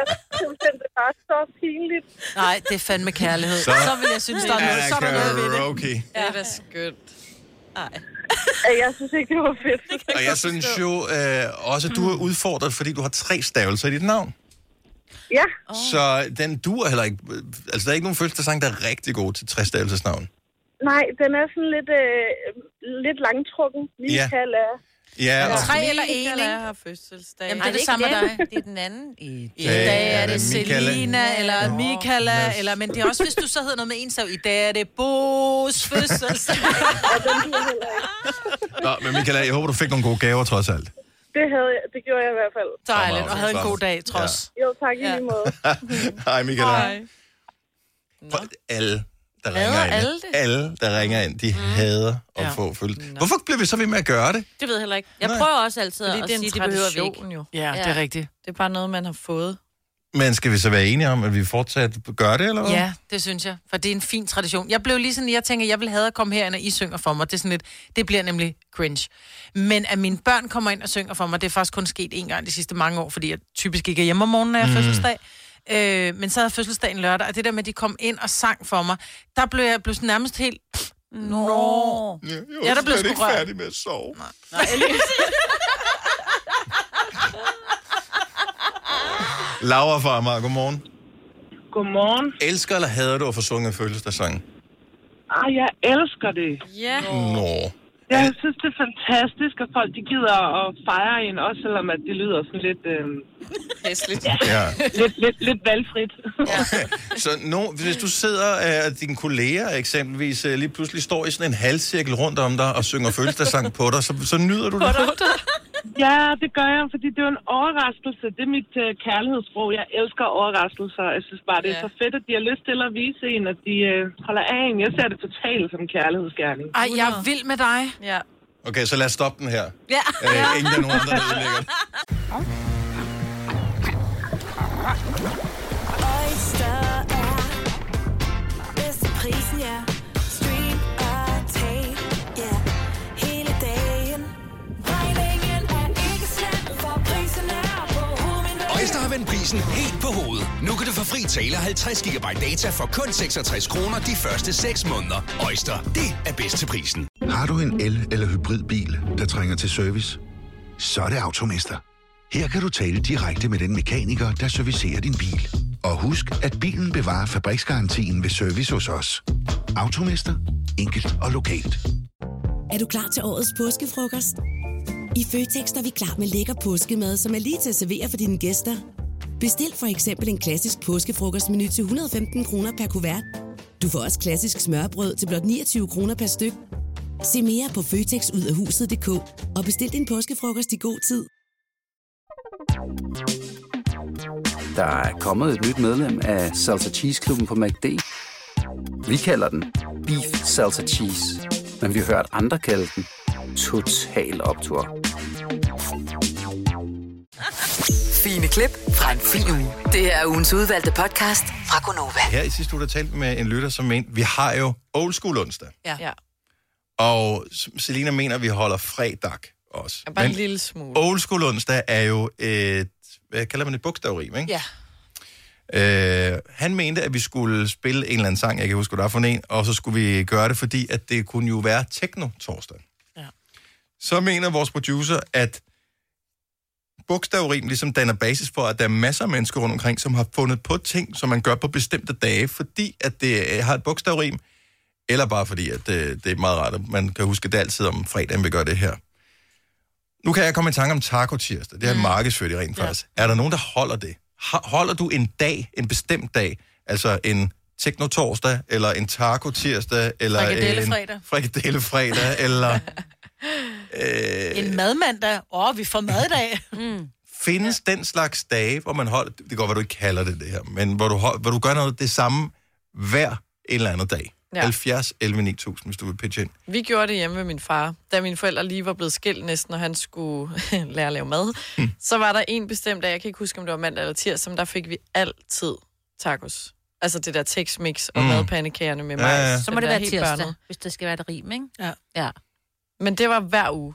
Speaker 9: jeg synes, det var så pinligt.
Speaker 2: Nej, det er fandme kærlighed. Så,
Speaker 9: Så-
Speaker 2: så vil jeg synes, der er noget, så er der noget ved det.
Speaker 1: Okay.
Speaker 6: Det er da skønt.
Speaker 9: Jeg synes ikke, det var fedt.
Speaker 1: Og jeg synes jo øh, også, at du er udfordret, fordi du har tre stavelser i dit navn.
Speaker 9: Ja.
Speaker 1: Så den duer heller ikke. Altså, der er ikke nogen fødselsdagssang, der er rigtig god til tre stavelsesnavn.
Speaker 9: Nej, den er sådan lidt, øh, lidt langtrukken.
Speaker 1: Ja.
Speaker 9: Michael er...
Speaker 1: Ja, og...
Speaker 2: Tre eller en, ikke?
Speaker 6: Jeg har fødselsdag.
Speaker 2: Jamen,
Speaker 5: Nej,
Speaker 2: det er det
Speaker 5: det er
Speaker 2: samme
Speaker 5: ikke
Speaker 2: med dig. Det er den anden. I dag er det Selina, eller Michaela, eller... Men det er også, hvis du så hedder noget med en stav. I dag er det Bo's fødselsdag.
Speaker 1: Nå, men Michaela, jeg håber, du fik nogle gode gaver trods alt.
Speaker 9: Det, havde jeg, det gjorde jeg i hvert fald.
Speaker 2: Dejligt, og havde en god dag, trods.
Speaker 9: Ja. Jo, tak i ja. lige måde.
Speaker 1: Hej, Michaela. For alle, der
Speaker 9: Hader
Speaker 1: ringer ind.
Speaker 9: alle det?
Speaker 1: Alle, der ringer ind, de hader at
Speaker 5: Ja.
Speaker 1: få følt. Hvorfor bliver vi så ved med at gøre det?
Speaker 5: Det ved jeg heller ikke. Jeg prøver også altid
Speaker 6: Fordi
Speaker 5: at
Speaker 6: det er en
Speaker 5: sige, det behøver vi
Speaker 6: tradition
Speaker 5: ikke.
Speaker 6: jo.
Speaker 2: Ja,
Speaker 5: det er
Speaker 2: rigtigt.
Speaker 6: Det er bare noget, man har fået.
Speaker 1: Men skal vi så være enige om, at vi fortsat gør det, eller hvad?
Speaker 2: Ja, det synes jeg, for det er en fin tradition. Jeg blev lige sådan, jeg tænker, jeg vil have at komme herind, og I synger for mig. Det, er sådan lidt, det bliver nemlig cringe. Men at mine børn kommer ind og synger for mig, det er faktisk kun sket en gang de sidste mange år, fordi jeg typisk ikke er hjemme om morgenen, når jeg har
Speaker 10: Mm.
Speaker 2: fødselsdag. Øh, men så havde jeg fødselsdagen lørdag, og det der med, at de kom ind og sang for mig, der blev jeg blev sådan nærmest helt... Nå.
Speaker 1: Ja,
Speaker 2: Ja, der blev sgu rørt.
Speaker 1: med at sove. Laura fra Amager, godmorgen.
Speaker 11: Godmorgen.
Speaker 1: Elsker eller hader du at få sunget en fødselsdagssang?
Speaker 11: Ah, jeg elsker det. Ja.
Speaker 1: Nå.
Speaker 11: Jeg synes, det er fantastisk, at folk de gider at fejre en, også selvom at det lyder sådan lidt... Øh... Hæsligt. Ja.
Speaker 1: Ja.
Speaker 11: Lidt, lidt, lidt valgfrit.
Speaker 1: Så no, hvis du sidder og øh, dine kolleger eksempelvis øh, lige pludselig står i sådan en halvcirkel rundt om dig og synger fødselsdagssang på dig, så, så nyder du det.
Speaker 11: ja, det gør jeg, fordi det er jo en overraskelse. Det er mit øh, kærlighedssprog. Jeg elsker overraskelser. Jeg synes bare, det er
Speaker 6: Ja.
Speaker 11: så fedt, at de har lyst til at vise en, at de øh, holder af en. Jeg ser det totalt som en kærlighedsgerning.
Speaker 2: Ej, jeg er vild med dig.
Speaker 6: Ja.
Speaker 1: Okay, så lad os stoppe den her.
Speaker 2: Ja.
Speaker 1: Øh, ingen af nogen andre, der ødelægger det.
Speaker 10: Oyster er bedst til prisen, ja. Stream og tag, ja.
Speaker 12: prisen helt på hovedet. Nu kan du få fri tale 50 GB data for kun 66 kroner de første 6 måneder. Øjster, det er bedst til prisen.
Speaker 13: Har du en el- eller hybridbil, der trænger til service? Så er det Automester. Her kan du tale direkte med den mekaniker, der servicerer din bil. Og husk, at bilen bevarer fabriksgarantien ved service hos os. Automester. Enkelt og lokalt.
Speaker 14: Er du klar til årets påskefrokost? I Føtex er vi klar med lækker påskemad, som er lige til at servere for dine gæster. Bestil for eksempel en klassisk påskefrokostmenu til 115 kroner per kuvert. Du får også klassisk smørbrød til blot 29 kroner per styk. Se mere på føtexudafhuset.dk og bestil din påskefrokost i god tid.
Speaker 15: Der er kommet et nyt medlem af Salsa Cheese Klubben på MACD. Vi kalder den Beef Salsa Cheese, men vi har hørt andre kalde den Total Optor.
Speaker 3: Fine klip fra en fin uge. Det her er ugens udvalgte podcast fra Gonova.
Speaker 1: Her i sidste uge, der talte vi med en lytter, som mente, vi har jo old school onsdag.
Speaker 6: Ja. ja.
Speaker 1: Og Selina mener, at vi holder fredag også.
Speaker 6: Bare en lille smule.
Speaker 1: Old School onsdag er jo et, hvad kalder man det, bogstavrim, ikke?
Speaker 6: Ja.
Speaker 1: Øh, han mente, at vi skulle spille en eller anden sang, jeg kan huske, hvad der var for en, og så skulle vi gøre det, fordi at det kunne jo være techno-torsdag.
Speaker 6: Ja.
Speaker 1: Så mener vores producer, at bogstavrim ligesom danner basis for, at der er masser af mennesker rundt omkring, som har fundet på ting, som man gør på bestemte dage, fordi at det øh, har et bogstavrim, eller bare fordi, at det, det er meget rart, at man kan huske, at det er altid om fredagen, vi gør det her. Nu kan jeg komme i tanke om taco tirsdag. Det er mm. markedsført i rent faktisk. Ja. Er der nogen, der holder det? Ho- Holder du en dag, en bestemt dag, altså en teknotorsdag, eller en taco tirsdag, eller
Speaker 2: Frikadellefredag.
Speaker 1: en frikadellefredag, eller øh,
Speaker 2: En madmandag. Åh, oh, vi får maddag. mm.
Speaker 1: findes ja. den slags dage, hvor man holder, det kan godt være, du ikke kalder det det her, men hvor du, hold- hvor du gør noget det samme hver en eller anden dag.
Speaker 6: Ja.
Speaker 1: Ja. 70 11 9000, hvis du vil pitche ind.
Speaker 6: Vi gjorde det hjemme med min far. Da mine forældre lige var blevet skilt næsten, og han skulle lære at lave mad,
Speaker 5: Mm.
Speaker 6: så var der en bestemt dag, jeg kan ikke huske, om det var mandag eller tirsdag, men der fik vi altid tacos. Altså det der Tex-Mix og
Speaker 5: Mm.
Speaker 6: mm. madpandekagerne med
Speaker 5: Ja,
Speaker 6: mig.
Speaker 5: ja. Så må det være tirsdag, hvis det skal være et rim, ikke?
Speaker 2: Ja.
Speaker 5: ja.
Speaker 6: Men det var hver uge.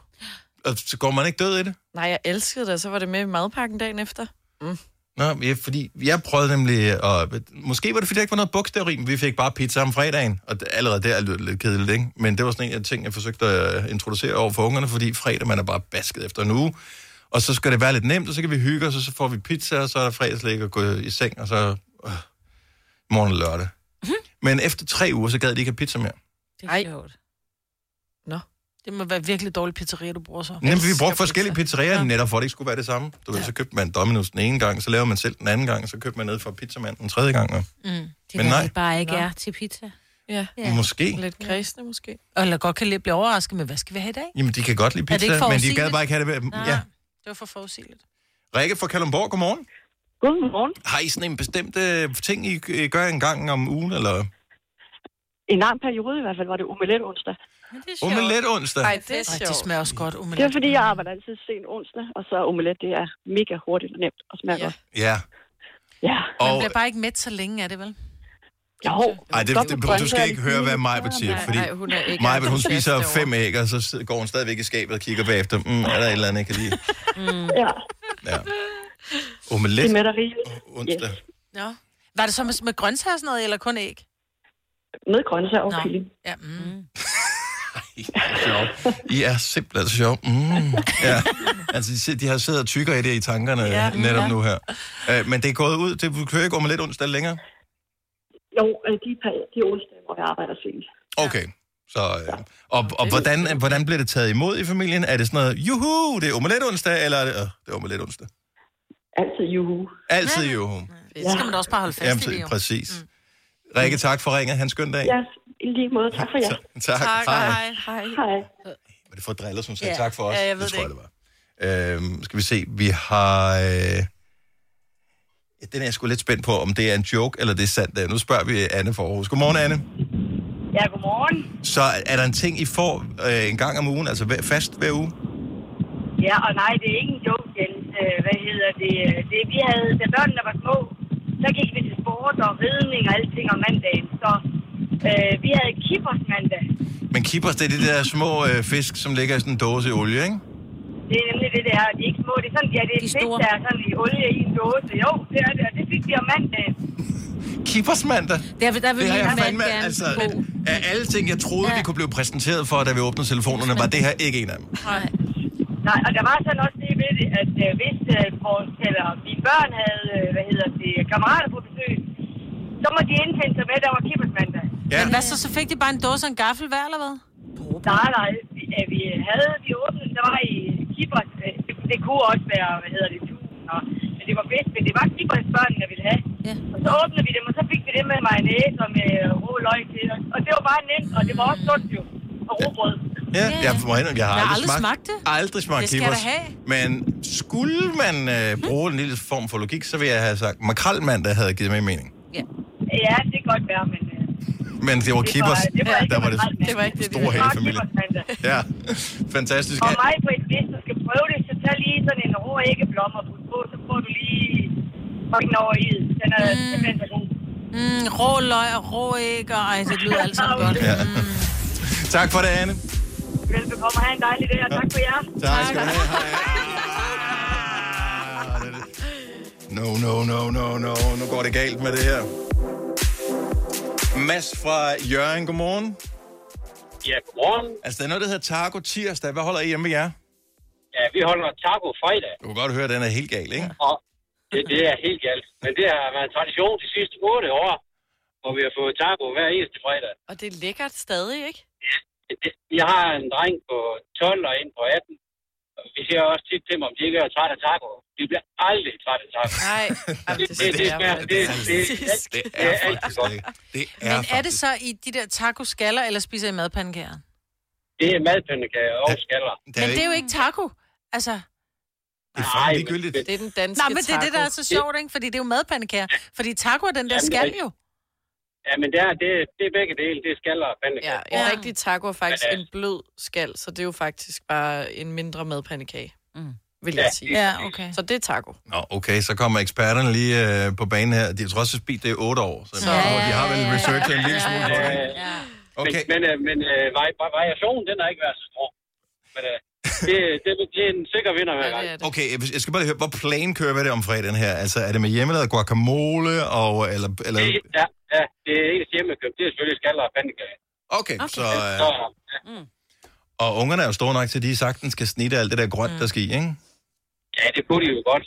Speaker 1: Og så går man ikke død i det?
Speaker 6: Nej, jeg elskede det, og så var det med i madpakken dagen efter. Mm.
Speaker 1: Nå, ja, fordi jeg prøvede nemlig, og måske var det fordi, der ikke var noget bogstavrim, vi fik bare pizza om fredagen, og det, allerede der lød det lidt kedeligt, ikke? Men det var sådan en af de ting, jeg forsøgte at øh, introducere over for ungerne, fordi fredag, man er bare basket efter en uge, og så skal det være lidt nemt, og så kan vi hygge os, og så får vi pizza, og så er der fredagslæg og gå i seng, og så øh, morgen og lørdag. Men efter tre uger, så gad de ikke have pizza mere.
Speaker 2: Det er sjovt.
Speaker 6: Nå.
Speaker 2: Det må være virkelig dårlig pizzeria, du bruger så.
Speaker 1: Nemt, vi brugte forskellige pizzerier, ja. netop for at det ikke skulle være det samme. Du ved, så købte man Domino's den ene gang, så laver man selv den anden gang, så købte man ned fra Pizzamanden den tredje gang. Og...
Speaker 5: Mm. Det
Speaker 1: Men
Speaker 5: er
Speaker 1: nej.
Speaker 5: det, de bare ikke
Speaker 2: Nå.
Speaker 5: er til pizza.
Speaker 6: Ja.
Speaker 1: Ja. Måske.
Speaker 6: Lidt kredsende, måske.
Speaker 2: Eller godt kan lidt blive overrasket med, hvad skal vi have i dag?
Speaker 1: Jamen, de kan godt lide
Speaker 2: Er det
Speaker 1: pizza,
Speaker 2: ikke for
Speaker 1: men de
Speaker 2: afsigeligt?
Speaker 1: gad bare ikke have det.
Speaker 2: Nej.
Speaker 1: Ja.
Speaker 2: Det var for forudsigeligt.
Speaker 1: Rikke fra Kalundborg, godmorgen.
Speaker 16: Godmorgen.
Speaker 1: Har I sådan en bestemt øh, ting, I øh, gør en gang om ugen, eller?
Speaker 16: En lang periode i hvert fald var det omelet onsdag.
Speaker 1: Omelet onsdag.
Speaker 16: Ej, det er
Speaker 2: Ej, det
Speaker 16: sjovt.
Speaker 2: smager også godt,
Speaker 16: Det
Speaker 2: omelet.
Speaker 16: er fordi, jeg arbejder altid sent onsdag, og så omelet, det er mega hurtigt og nemt og smager ja. godt.
Speaker 1: Ja.
Speaker 16: Ja.
Speaker 2: Man
Speaker 1: Og,
Speaker 2: bliver bare ikke mæt så længe, er det vel?
Speaker 16: Jo.
Speaker 1: ej, det, det, du skal ikke høre, hvad Majbet siger, fordi
Speaker 2: Nej, hun er ikke
Speaker 1: Majbet, hun
Speaker 2: entusiast
Speaker 1: spiser
Speaker 2: derovre.
Speaker 1: fem æg, og så sidder- går hun stadigvæk i skabet og kigger bagefter. Mm, er der et eller andet, jeg kan lide?
Speaker 2: Mm.
Speaker 16: Ja.
Speaker 1: Ja.
Speaker 16: Det
Speaker 1: Omelet
Speaker 16: er med dig rigeligt.
Speaker 1: onsdag.
Speaker 2: Ja. Var det så med, med grøntsager og sådan noget, eller kun æg?
Speaker 16: Med grøntsager og
Speaker 2: Nå.
Speaker 16: kylling.
Speaker 2: Ja, mm.
Speaker 1: Sjov. I er simpelthen så sjov. Mm. Ja. Altså, de sidder- de har siddet og tykker i det i tankerne
Speaker 16: Ja,
Speaker 1: ja,
Speaker 16: mm,
Speaker 1: netop
Speaker 16: ja.
Speaker 1: nu her. Øh, men det er gået ud. Det, du kører ikke omelet onsdag længere?
Speaker 16: Jo, øh, de, par- de onsdag, hvor jeg arbejder sent.
Speaker 1: Okay. Så, øh, og og hvordan, hvordan bliver det taget imod i familien? Er det sådan noget, juhu, det er omelet onsdag, eller er det, øh, det er omelet onsdag?
Speaker 16: Altid juhu.
Speaker 1: Altid juhu.
Speaker 2: Det skal man da også bare holde fast i, det
Speaker 1: Jamen,
Speaker 2: jo.
Speaker 1: præcis. Mm. Rikke, tak for ringet. Han skøn dag.
Speaker 16: Ja, i lige måde. Tak for jer.
Speaker 1: Tak. Tak, Hej. hej.
Speaker 16: Hej. Hej.
Speaker 1: Var det for driller, som sagde
Speaker 16: Ja.
Speaker 1: tak for os?
Speaker 16: Ja, jeg ved
Speaker 1: det tror jeg,
Speaker 16: det
Speaker 1: det var. Øhm, skal vi se, vi har... Øh... ja, Den er jeg sgu lidt spændt på, om det er en joke, eller det er sandt. Øh, Nu spørger vi Anne for Aarhus. Godmorgen, Anne.
Speaker 17: Ja, godmorgen.
Speaker 1: Så er der en ting, I får øh, en gang om ugen, altså hver, fast hver uge?
Speaker 17: Ja, og nej, det er ikke en joke, Jens. Øh, Hvad hedder det? Øh, det vi havde, da børnene var små, så gik vi til sport og ridning og alting om mandagen. Så øh, vi havde kippers mandag.
Speaker 1: Men kippers, det er de der små øh, fisk, som ligger i sådan en dåse i olie, ikke?
Speaker 17: Det er nemlig det, det er. De er ikke små. Det er sådan, ja, det er de fisk, der er sådan i olie i en dåse. Jo, det er det, og det fik vi om mandagen.
Speaker 1: Keepersmandag.
Speaker 5: Der, vil- der vil
Speaker 1: Det har
Speaker 5: min
Speaker 1: jeg
Speaker 5: mand
Speaker 1: fandme,
Speaker 5: gerne
Speaker 1: altså,
Speaker 5: bo.
Speaker 1: af alle ting, jeg troede, ja. vi kunne blive præsenteret for, da vi åbnede telefonerne, var det her ikke en af dem.
Speaker 17: Nej. Nej, og der var sådan også det ved det, at øh, hvis øh, vores, eller mine børn havde, øh, hvad hedder det, kammerater på besøg, så må de indfinde sig med, der var kippersmandag.
Speaker 2: Ja. Men hvad så, så fik de bare en dåse og en gaffel hver, eller hvad?
Speaker 17: Nej, nej, vi, øh, vi havde, vi åbnede, der var i kippers, øh, det, det, kunne også være, hvad hedder det, tusind, og, men det var fedt, men det var kippers børnene ville have. Ja. Og så åbnede vi dem, og så fik vi det med mayonnaise og med rå løg til, og, og det var bare nemt, og det var også sundt jo, og robrød.
Speaker 1: Ja, jeg, må hen, jeg har aldrig, smagt
Speaker 17: det.
Speaker 1: Aldrig smagt
Speaker 17: Det skal jeg
Speaker 1: kippers.
Speaker 17: da
Speaker 1: Men skulle man øh, bruge en lille form for logik, så ville jeg have sagt, makrelmandag havde givet mig mening.
Speaker 5: Ja.
Speaker 17: ja, det kan godt være, men... øh,
Speaker 1: Men det var kippers,
Speaker 17: det var,
Speaker 1: der var det,
Speaker 17: det var ikke det,
Speaker 1: store hele familien.
Speaker 17: familie.
Speaker 1: Ja, fantastisk.
Speaker 17: Og mig, Britt, hvis du skal prøve det, så tag lige sådan en rå æggeblom og put på, så får du lige fucking over i. Den er simpelthen så god.
Speaker 2: Mm, rå løg og rå æg, og ej, det lyder alt sammen godt.
Speaker 1: Ja. Tak for det, Anne.
Speaker 17: Velbekomme, og have en dejlig dag, og tak for jer.
Speaker 1: Tak skal du have. No, no, no, no, no. Nu går det galt med det her. Mads fra Jørgen, godmorgen.
Speaker 18: Ja, godmorgen.
Speaker 1: Altså, der er noget, der hedder Taco Tirsdag. Hvad holder I hjemme ved jer?
Speaker 18: Ja, vi holder taco fredag,
Speaker 1: Du kan godt høre, at den er helt gal, ikke?
Speaker 18: og det, det er helt galt. Men det har været en tradition de sidste 8 år, hvor vi har fået taco hver eneste fredag.
Speaker 6: Og det er lækkert stadig, ikke?
Speaker 18: Vi har en dreng på 12 og en på 18. og Vi siger også tit til dem, om de ikke er trætte af taco. De bliver aldrig trætte af taco.
Speaker 6: Nej,
Speaker 18: det, det, det, smager- det, det, det, det, det er altid godt.
Speaker 1: Det
Speaker 2: Men er det så i de der taco-skaller, eller spiser I madpandekager?
Speaker 18: Det er madpandekager og skaller.
Speaker 2: Men det er jo ikke taco. Altså,
Speaker 1: Det er fandme ligegyldigt.
Speaker 2: det er
Speaker 6: den danske
Speaker 2: Nej, men det er det, der er så
Speaker 18: taco.
Speaker 2: sjovt, ikke? Fordi det er jo madpandekager. Fordi taco er den der
Speaker 18: Jamen, det er
Speaker 2: skal
Speaker 18: rigtigt.
Speaker 2: jo.
Speaker 18: Ja, men det er, det, det er begge dele. Det er skaller og pandekager.
Speaker 6: Ja, en ja. rigtig taco er faktisk
Speaker 18: Men,
Speaker 6: en blød skal, så det er jo faktisk bare en mindre madpandekage, mm. vil jeg
Speaker 1: Ja.
Speaker 6: sige.
Speaker 1: Ja,
Speaker 2: okay.
Speaker 6: Så det er taco.
Speaker 1: Nå, okay, så kommer eksperterne lige øh, på banen her. De jeg tror også, at speed det er 8 år, så, så
Speaker 18: Ja, ja,
Speaker 1: de har vel researchet en lille smule på det. ikke?
Speaker 18: Okay. Men, men, øh, men øh, vari- vari- variationen, den har ikke været så stor. Men øh, det, det, det er en sikker vinder hver gang.
Speaker 1: Okay, jeg- jeg skal bare lige høre, hvor plan kører vi det om fredagen her? Altså, er det med hjemmelavet guacamole, og, eller, eller...
Speaker 17: Øh,
Speaker 18: Det, ja, ja, det er ens hjemmekøb. Det er selvfølgelig skaller og pandekager.
Speaker 1: Okay, okay. så... Øh,
Speaker 18: Så,
Speaker 1: og ungerne er jo store nok til, at de sagtens skal snitte alt det der grønt, der skal i, ikke?
Speaker 18: ja, det kunne de jo godt.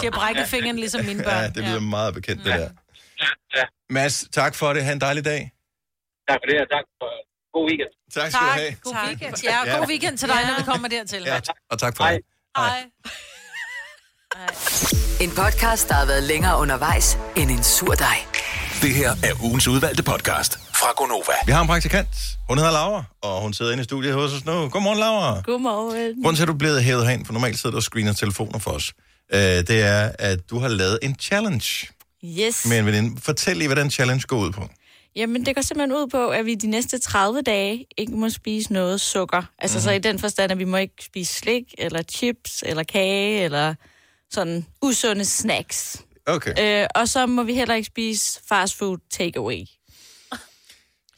Speaker 2: De har brækket fingeren ligesom mine børn.
Speaker 1: Ja, det lyder meget bekendt, det der. Mads, tak for det. Ha' en dejlig dag.
Speaker 18: Tak for det, og tak for god weekend.
Speaker 1: Tak skal du have.
Speaker 2: God weekend. Ja, god weekend til dig, når vi kommer dertil.
Speaker 1: Ja, og tak for det.
Speaker 2: Hej.
Speaker 3: En podcast, der har været længere undervejs end en sur dej.
Speaker 12: Det her er ugens udvalgte podcast fra Gonova.
Speaker 1: Vi har en praktikant. Hun hedder Laura, og hun sidder inde i studiet hos os nu. Godmorgen, Laura.
Speaker 19: Godmorgen.
Speaker 1: Grunden til, at du er blevet hævet herind, for normalt sidder du og screener telefoner for os, øh, det er, at du har lavet en challenge
Speaker 19: Yes.
Speaker 1: med en veninde. Fortæl lige, hvad den challenge går ud på.
Speaker 19: Jamen, det går simpelthen ud på, at vi de næste 30 dage ikke må spise noget sukker. Altså mm.
Speaker 6: Mhm.
Speaker 19: så i den forstand, at vi må ikke spise slik, eller chips, eller kage, eller sådan usunde snacks.
Speaker 1: Okay.
Speaker 19: Øh, og så må vi heller ikke spise fast food takeaway.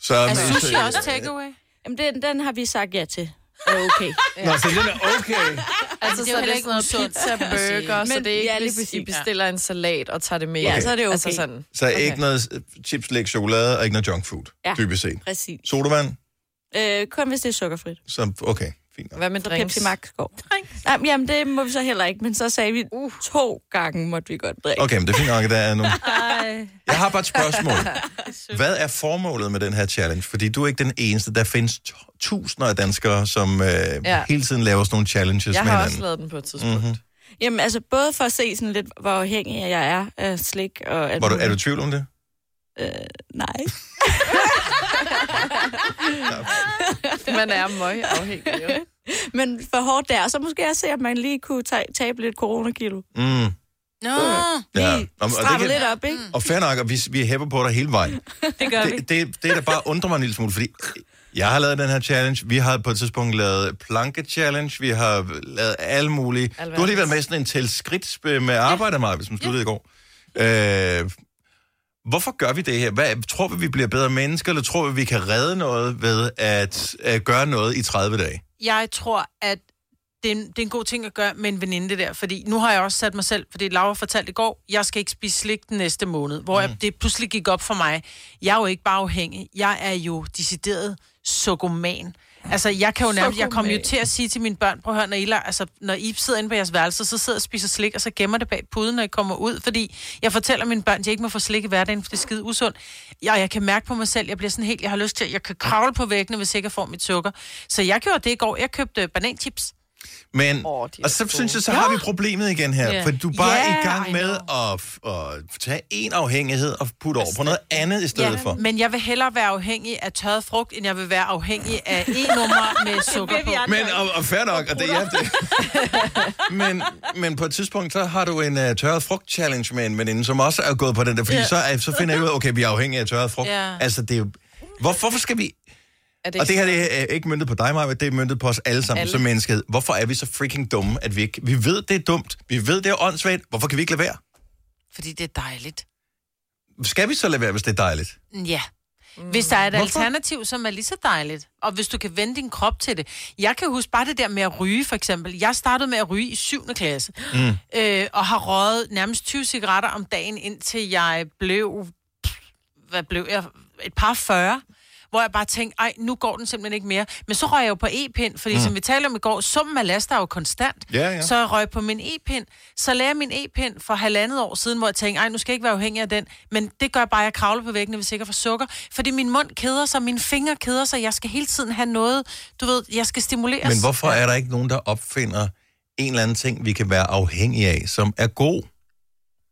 Speaker 1: Så, men- så-
Speaker 19: takeaway?
Speaker 6: Altså,
Speaker 19: Jamen, den, den har vi sagt ja til. Er okay.
Speaker 1: Nå, så den er okay.
Speaker 19: Altså,
Speaker 6: Altså,
Speaker 19: det er
Speaker 6: så
Speaker 19: jo
Speaker 6: er
Speaker 19: heller
Speaker 6: det sådan noget
Speaker 19: ikke usundt.
Speaker 6: pizza, burger, så
Speaker 19: Men-
Speaker 6: det er ikke,
Speaker 19: ja, lige
Speaker 6: hvis I
Speaker 19: præcis.
Speaker 6: bestiller en salat og tager det med.
Speaker 19: Ja,
Speaker 6: hjem.
Speaker 19: så er det okay.
Speaker 6: Altså sådan.
Speaker 1: så ikke noget øh, chips, slik, chokolade og ikke noget junk food, ja. dybest set.
Speaker 19: Præcis.
Speaker 1: Sodavand,
Speaker 19: Øh, kun hvis det er sukkerfrit.
Speaker 1: så okay. Fint.
Speaker 6: Hvad med drinks?
Speaker 19: Pepsi Max går. Jamen, jamen, det må vi så heller ikke, men så sagde vi, uh, to gange måtte vi godt drikke.
Speaker 1: Okay, men det er fint nok, at der er nogle...
Speaker 19: Ej.
Speaker 1: Jeg har bare et spørgsmål. Hvad er formålet med den her challenge? Fordi du er ikke den eneste. Der findes t- tusinder af danskere, som øh, ja.
Speaker 19: Ja.
Speaker 1: hele tiden laver sådan nogle challenges
Speaker 19: Jeg
Speaker 1: med
Speaker 19: har
Speaker 1: hinanden.
Speaker 19: også
Speaker 6: lavet den på et tidspunkt.
Speaker 1: Mm-hmm.
Speaker 19: Jamen, altså både for at se sådan lidt, hvor afhængig jeg er af slik og... Alt
Speaker 1: Var du, er du i
Speaker 19: muligt.
Speaker 1: tvivl om det?
Speaker 19: Øh, nej.
Speaker 6: Man er møg afhængig, jo.
Speaker 19: Men for hårdt der, så måske jeg se, at man lige kunne ta- tabe lidt coronakilo. Nå,
Speaker 1: Mm. Ja. Nå, men- og det
Speaker 19: stramme
Speaker 1: kan-
Speaker 19: lidt op, ikke?
Speaker 1: Og fair nok, og vi, vi hæpper på dig hele vejen.
Speaker 19: Mm. Det gør vi.
Speaker 1: Det, det, det der bare undrer mig en lille smule, fordi jeg har lavet den her challenge. Vi har på et tidspunkt lavet planke-challenge. Vi har lavet alle mulige. Du har lige været med i sådan en tilskridt med arbejde, Maja, som sluttede i går. Øh, Hvorfor gør vi det her? Hvad, tror vi, vi bliver bedre mennesker, eller tror vi, vi kan redde noget ved at, at gøre noget i 30 dage?
Speaker 2: Jeg tror, at det er, en, det er en god ting at gøre med en veninde det der, fordi nu har jeg også sat mig selv, fordi Laura fortalte i går, jeg skal ikke spise slik den næste måned, hvor mm. jeg, det pludselig gik op for mig. Jeg er jo ikke bare afhængig, jeg er jo decideret sukoman. Altså, jeg kan jo nærmest, jeg kommer jo til at sige til mine børn, prøv at høre, når I, la- altså, når I sidder inde på jeres værelse, så sidder jeg og spiser slik, og så gemmer det bag puden, når I kommer ud, fordi jeg fortæller mine børn, at jeg ikke må få slik i hverdagen, for det er skide usundt. Jeg, jeg kan mærke på mig selv, jeg bliver sådan helt, jeg har lyst til, jeg kan kravle på væggene, hvis ikke jeg får mit sukker. Så jeg gjorde det i går, jeg købte øh, bananchips.
Speaker 1: Men, oh, og så synes jeg, så har vi problemet igen her,
Speaker 2: Ja.
Speaker 1: for du er bare
Speaker 2: Ja,
Speaker 1: i
Speaker 2: I
Speaker 1: gang med at, at tage en afhængighed og putte over på noget andet i stedet for.
Speaker 2: Men jeg vil hellere være afhængig af tørret frugt, end jeg vil være afhængig af e-nummer med sukker på.
Speaker 1: Men, og, og fair nok, og det er det. men, men på et tidspunkt, så har du en uh, tørret frugt-challenge med en veninde, som også er gået på den der, fordi
Speaker 6: Ja.
Speaker 1: yeah. så, er, så finder jeg ud af, okay, vi er afhængige af tørret frugt.
Speaker 6: Ja.
Speaker 1: Altså, det er jo... Hvor, hvorfor skal vi...
Speaker 6: Er
Speaker 1: Det og det her det er øh, ikke møntet på dig, Maja, det er møntet på os alle sammen alle.
Speaker 6: Alle.
Speaker 1: som menneskehed. Hvorfor er vi så freaking dumme, at vi ikke... Vi ved, det er dumt. Vi ved, det er åndssvagt. Hvorfor kan vi ikke lade være?
Speaker 2: Fordi det er dejligt.
Speaker 1: Skal vi så lade være, hvis det er dejligt?
Speaker 2: Ja. Hvis der er et
Speaker 1: Hvorfor?
Speaker 2: Hvorfor? alternativ, som er lige så dejligt, og hvis du kan vende din krop til det. Jeg kan huske bare det der med at ryge, for eksempel. Jeg startede med at ryge i 7. klasse,
Speaker 10: Mm.
Speaker 2: øh, og har røget nærmest 20 cigaretter om dagen, indtil jeg blev, hvad blev jeg, et par 40 hvor jeg bare tænkte, ej, nu går den simpelthen ikke mere. Men så røg jeg jo på e-pind, fordi
Speaker 10: Mm.
Speaker 2: mm. som vi talte om i går, summen af last er jo konstant.
Speaker 10: Ja, ja.
Speaker 2: Så jeg røg på min e-pind. Så lagde jeg min e-pind for halvandet år siden, hvor jeg tænkte, ej, nu skal jeg ikke være afhængig af den. Men det gør bare, at jeg kravler på væggene, hvis jeg ikke får sukker. Fordi min mund keder sig, mine fingre keder sig, jeg skal hele tiden have noget, du ved, jeg skal stimuleres.
Speaker 1: Men hvorfor er der ikke nogen, der opfinder en eller anden ting, vi kan være afhængige af, som er god?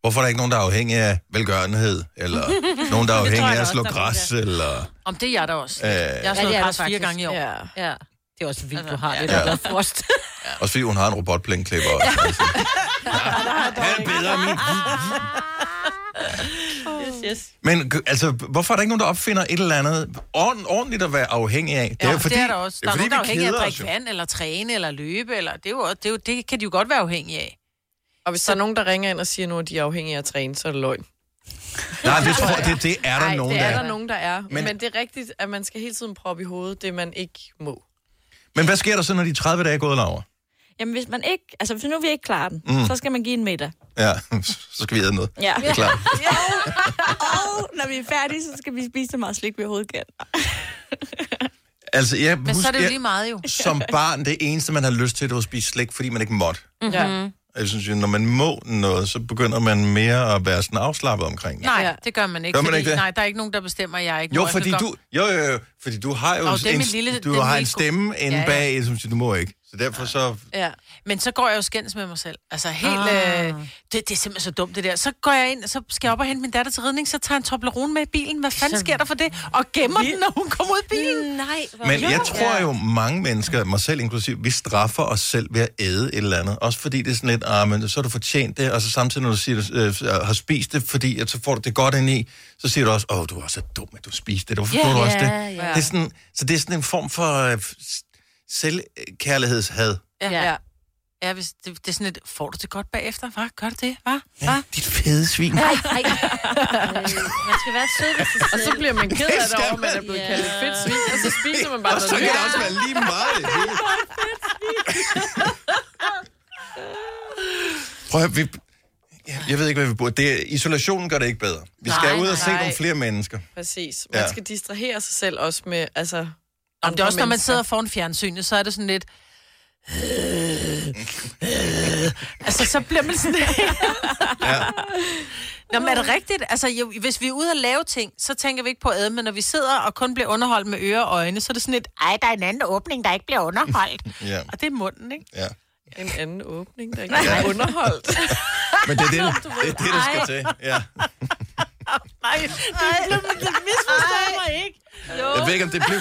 Speaker 1: Hvorfor er der ikke nogen, der er afhængige af velgørenhed? Eller nogen, der
Speaker 2: Det tror
Speaker 1: er afhængige
Speaker 2: jeg
Speaker 1: af
Speaker 2: da
Speaker 1: at
Speaker 2: også,
Speaker 1: slå
Speaker 2: der er
Speaker 1: græs? Eller...
Speaker 2: Om det er jeg da også.
Speaker 1: Øh.
Speaker 2: Øh, jeg
Speaker 1: Ja,
Speaker 2: har
Speaker 5: det
Speaker 2: slået
Speaker 5: er
Speaker 2: ja,
Speaker 5: der
Speaker 2: græs fire
Speaker 5: faktisk.
Speaker 2: gange i år.
Speaker 5: Ja. ja. Det er også vildt, du har det,
Speaker 1: Ja.
Speaker 5: der ja. frost.
Speaker 1: Også fordi hun har en robotplænklipper. Ja. Han bedre min.
Speaker 10: Yes, yes.
Speaker 1: Men g- altså, hvorfor er der ikke nogen, der opfinder et eller andet ord- ordentligt at være afhængig af?
Speaker 2: Det er, jo, fordi, det er der også. Der er,
Speaker 1: fordi,
Speaker 2: nogen, der er
Speaker 1: vi
Speaker 2: afhængig af at
Speaker 1: keder os
Speaker 2: drikke
Speaker 1: jo.
Speaker 2: vand, eller træne, eller løbe. Eller, det, er jo, også- det, er jo, det kan de jo godt være afhængige af.
Speaker 6: Og hvis der er nogen, der ringer ind og siger nu, at de er afhængige af at træne, så er det løgn.
Speaker 1: Nej, det, tror, jeg- det, det er der
Speaker 6: Ej,
Speaker 1: nogen,
Speaker 6: det
Speaker 1: der
Speaker 6: er der nogen, der er.
Speaker 1: Men-
Speaker 6: Men, Men det er rigtigt, at man skal hele tiden proppe i hovedet det, man ikke må.
Speaker 1: Men hvad sker der så, når de 30 dage er gået, Laura?
Speaker 19: Jamen, hvis man ikke... Altså, hvis nu vi ikke klarer den,
Speaker 1: Mm.
Speaker 19: mm. så skal man give en middag.
Speaker 1: Ja, så skal vi æde noget.
Speaker 19: Ja.
Speaker 1: Det er klart.
Speaker 19: ja. Og når vi er færdige, så skal vi spise så meget slik, vi overhovedet kan.
Speaker 1: Altså, jeg
Speaker 19: Men så er
Speaker 1: husker,
Speaker 19: det jo
Speaker 1: jeg-
Speaker 19: lige meget jo.
Speaker 1: Som barn, det eneste, man har lyst til, det var at spise slik, fordi man ikke måtte.
Speaker 2: Ja.
Speaker 1: Og Jeg synes jo, når man må noget, så begynder man mere at være sådan afslappet omkring det.
Speaker 2: Nej, det gør man ikke.
Speaker 1: Gør man
Speaker 2: fordi,
Speaker 1: ikke det?
Speaker 2: Nej, der er ikke nogen, der bestemmer, jeg ikke.
Speaker 1: Jo,
Speaker 2: må. Jeg
Speaker 1: fordi
Speaker 2: kan
Speaker 1: du,
Speaker 2: godt-
Speaker 1: jo, jo, jo, fordi du har jo
Speaker 2: Åh,
Speaker 1: en,
Speaker 2: det er min lille-
Speaker 1: du
Speaker 2: den
Speaker 1: har en
Speaker 2: lille ko-
Speaker 1: stemme inde
Speaker 2: Ja, ja.
Speaker 1: ja, bag, som siger, du må ikke. Så derfor så...
Speaker 2: Ja. Men så går jeg jo skændes med mig selv. Altså helt...
Speaker 5: Ah.
Speaker 2: Ah. Øh, det, det, er simpelthen så dumt, det der. Så går jeg ind, og så skal jeg op og hente min datter til ridning, så tager jeg en Toblerone med i bilen. Hvad fanden sker der for det? Og gemmer den, når hun kommer ud af bilen.
Speaker 5: Nej,
Speaker 1: Men jeg tror jo, mange mennesker, mig selv inklusiv, vi straffer os selv ved at æde et eller andet. Også fordi det er sådan lidt, ah, men så har du fortjent det, og så samtidig, når du siger, du øh, har spist det, fordi at så får du det godt ind i, så siger du også, åh, oh, du var så dum, at du spiste det. Hvorfor
Speaker 4: Ja,
Speaker 1: yeah, gjorde du også det?
Speaker 4: ja, ja.
Speaker 1: det er sådan, så det er sådan en form for øh, s- selvkærlighedshad.
Speaker 2: Ja. ja. Ja, hvis det, det er sådan lidt, får du det godt bagefter? Hvad? Gør du det? Hvad? Hvad?
Speaker 1: Dit fede svin.
Speaker 5: nej. Man skal være sød ved sig
Speaker 6: Og så bliver man ked af det over, at man er blevet
Speaker 5: Ja.
Speaker 6: kaldt et fedt svin, og så spiser man bare
Speaker 1: Og så
Speaker 6: noget
Speaker 1: kan det
Speaker 6: nyt.
Speaker 1: også være lige meget. Prøv at, høre, vi... Ja, Jeg ved ikke, hvad vi burde. Det, er- isolationen gør det ikke bedre. Vi skal
Speaker 6: Nej,
Speaker 1: ud og se
Speaker 6: nej.
Speaker 1: nogle flere mennesker.
Speaker 6: Præcis.
Speaker 1: Ja.
Speaker 6: Man skal distrahere sig selv også med, altså...
Speaker 2: Om det er også, når man
Speaker 6: mennesker.
Speaker 2: sidder foran fjernsynet, så er det sådan lidt... øh, altså, så bliver man sådan lidt...
Speaker 1: Ja.
Speaker 2: Nå, men er det rigtigt? Altså, jo, hvis vi er ude og lave ting, så tænker vi ikke på ad, men når vi sidder og kun bliver underholdt med ører og øjne, så er det sådan lidt, ej, der er en anden åbning, der ikke bliver underholdt.
Speaker 1: Ja.
Speaker 2: Og det er munden, ikke?
Speaker 1: Ja.
Speaker 6: En anden åbning, der ikke er underholdt.
Speaker 1: Men det er det, det, er det der skal til. Ja.
Speaker 2: Nej, det misforstår mig ikke.
Speaker 5: Jo.
Speaker 1: Jeg ved ikke, om det blev...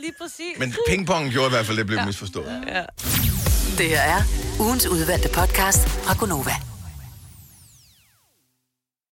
Speaker 5: Lige præcis.
Speaker 1: Men pingpong gjorde i hvert fald, det blev misforstået.
Speaker 5: Ja.
Speaker 3: Det her er ugens udvalgte podcast fra Gonova.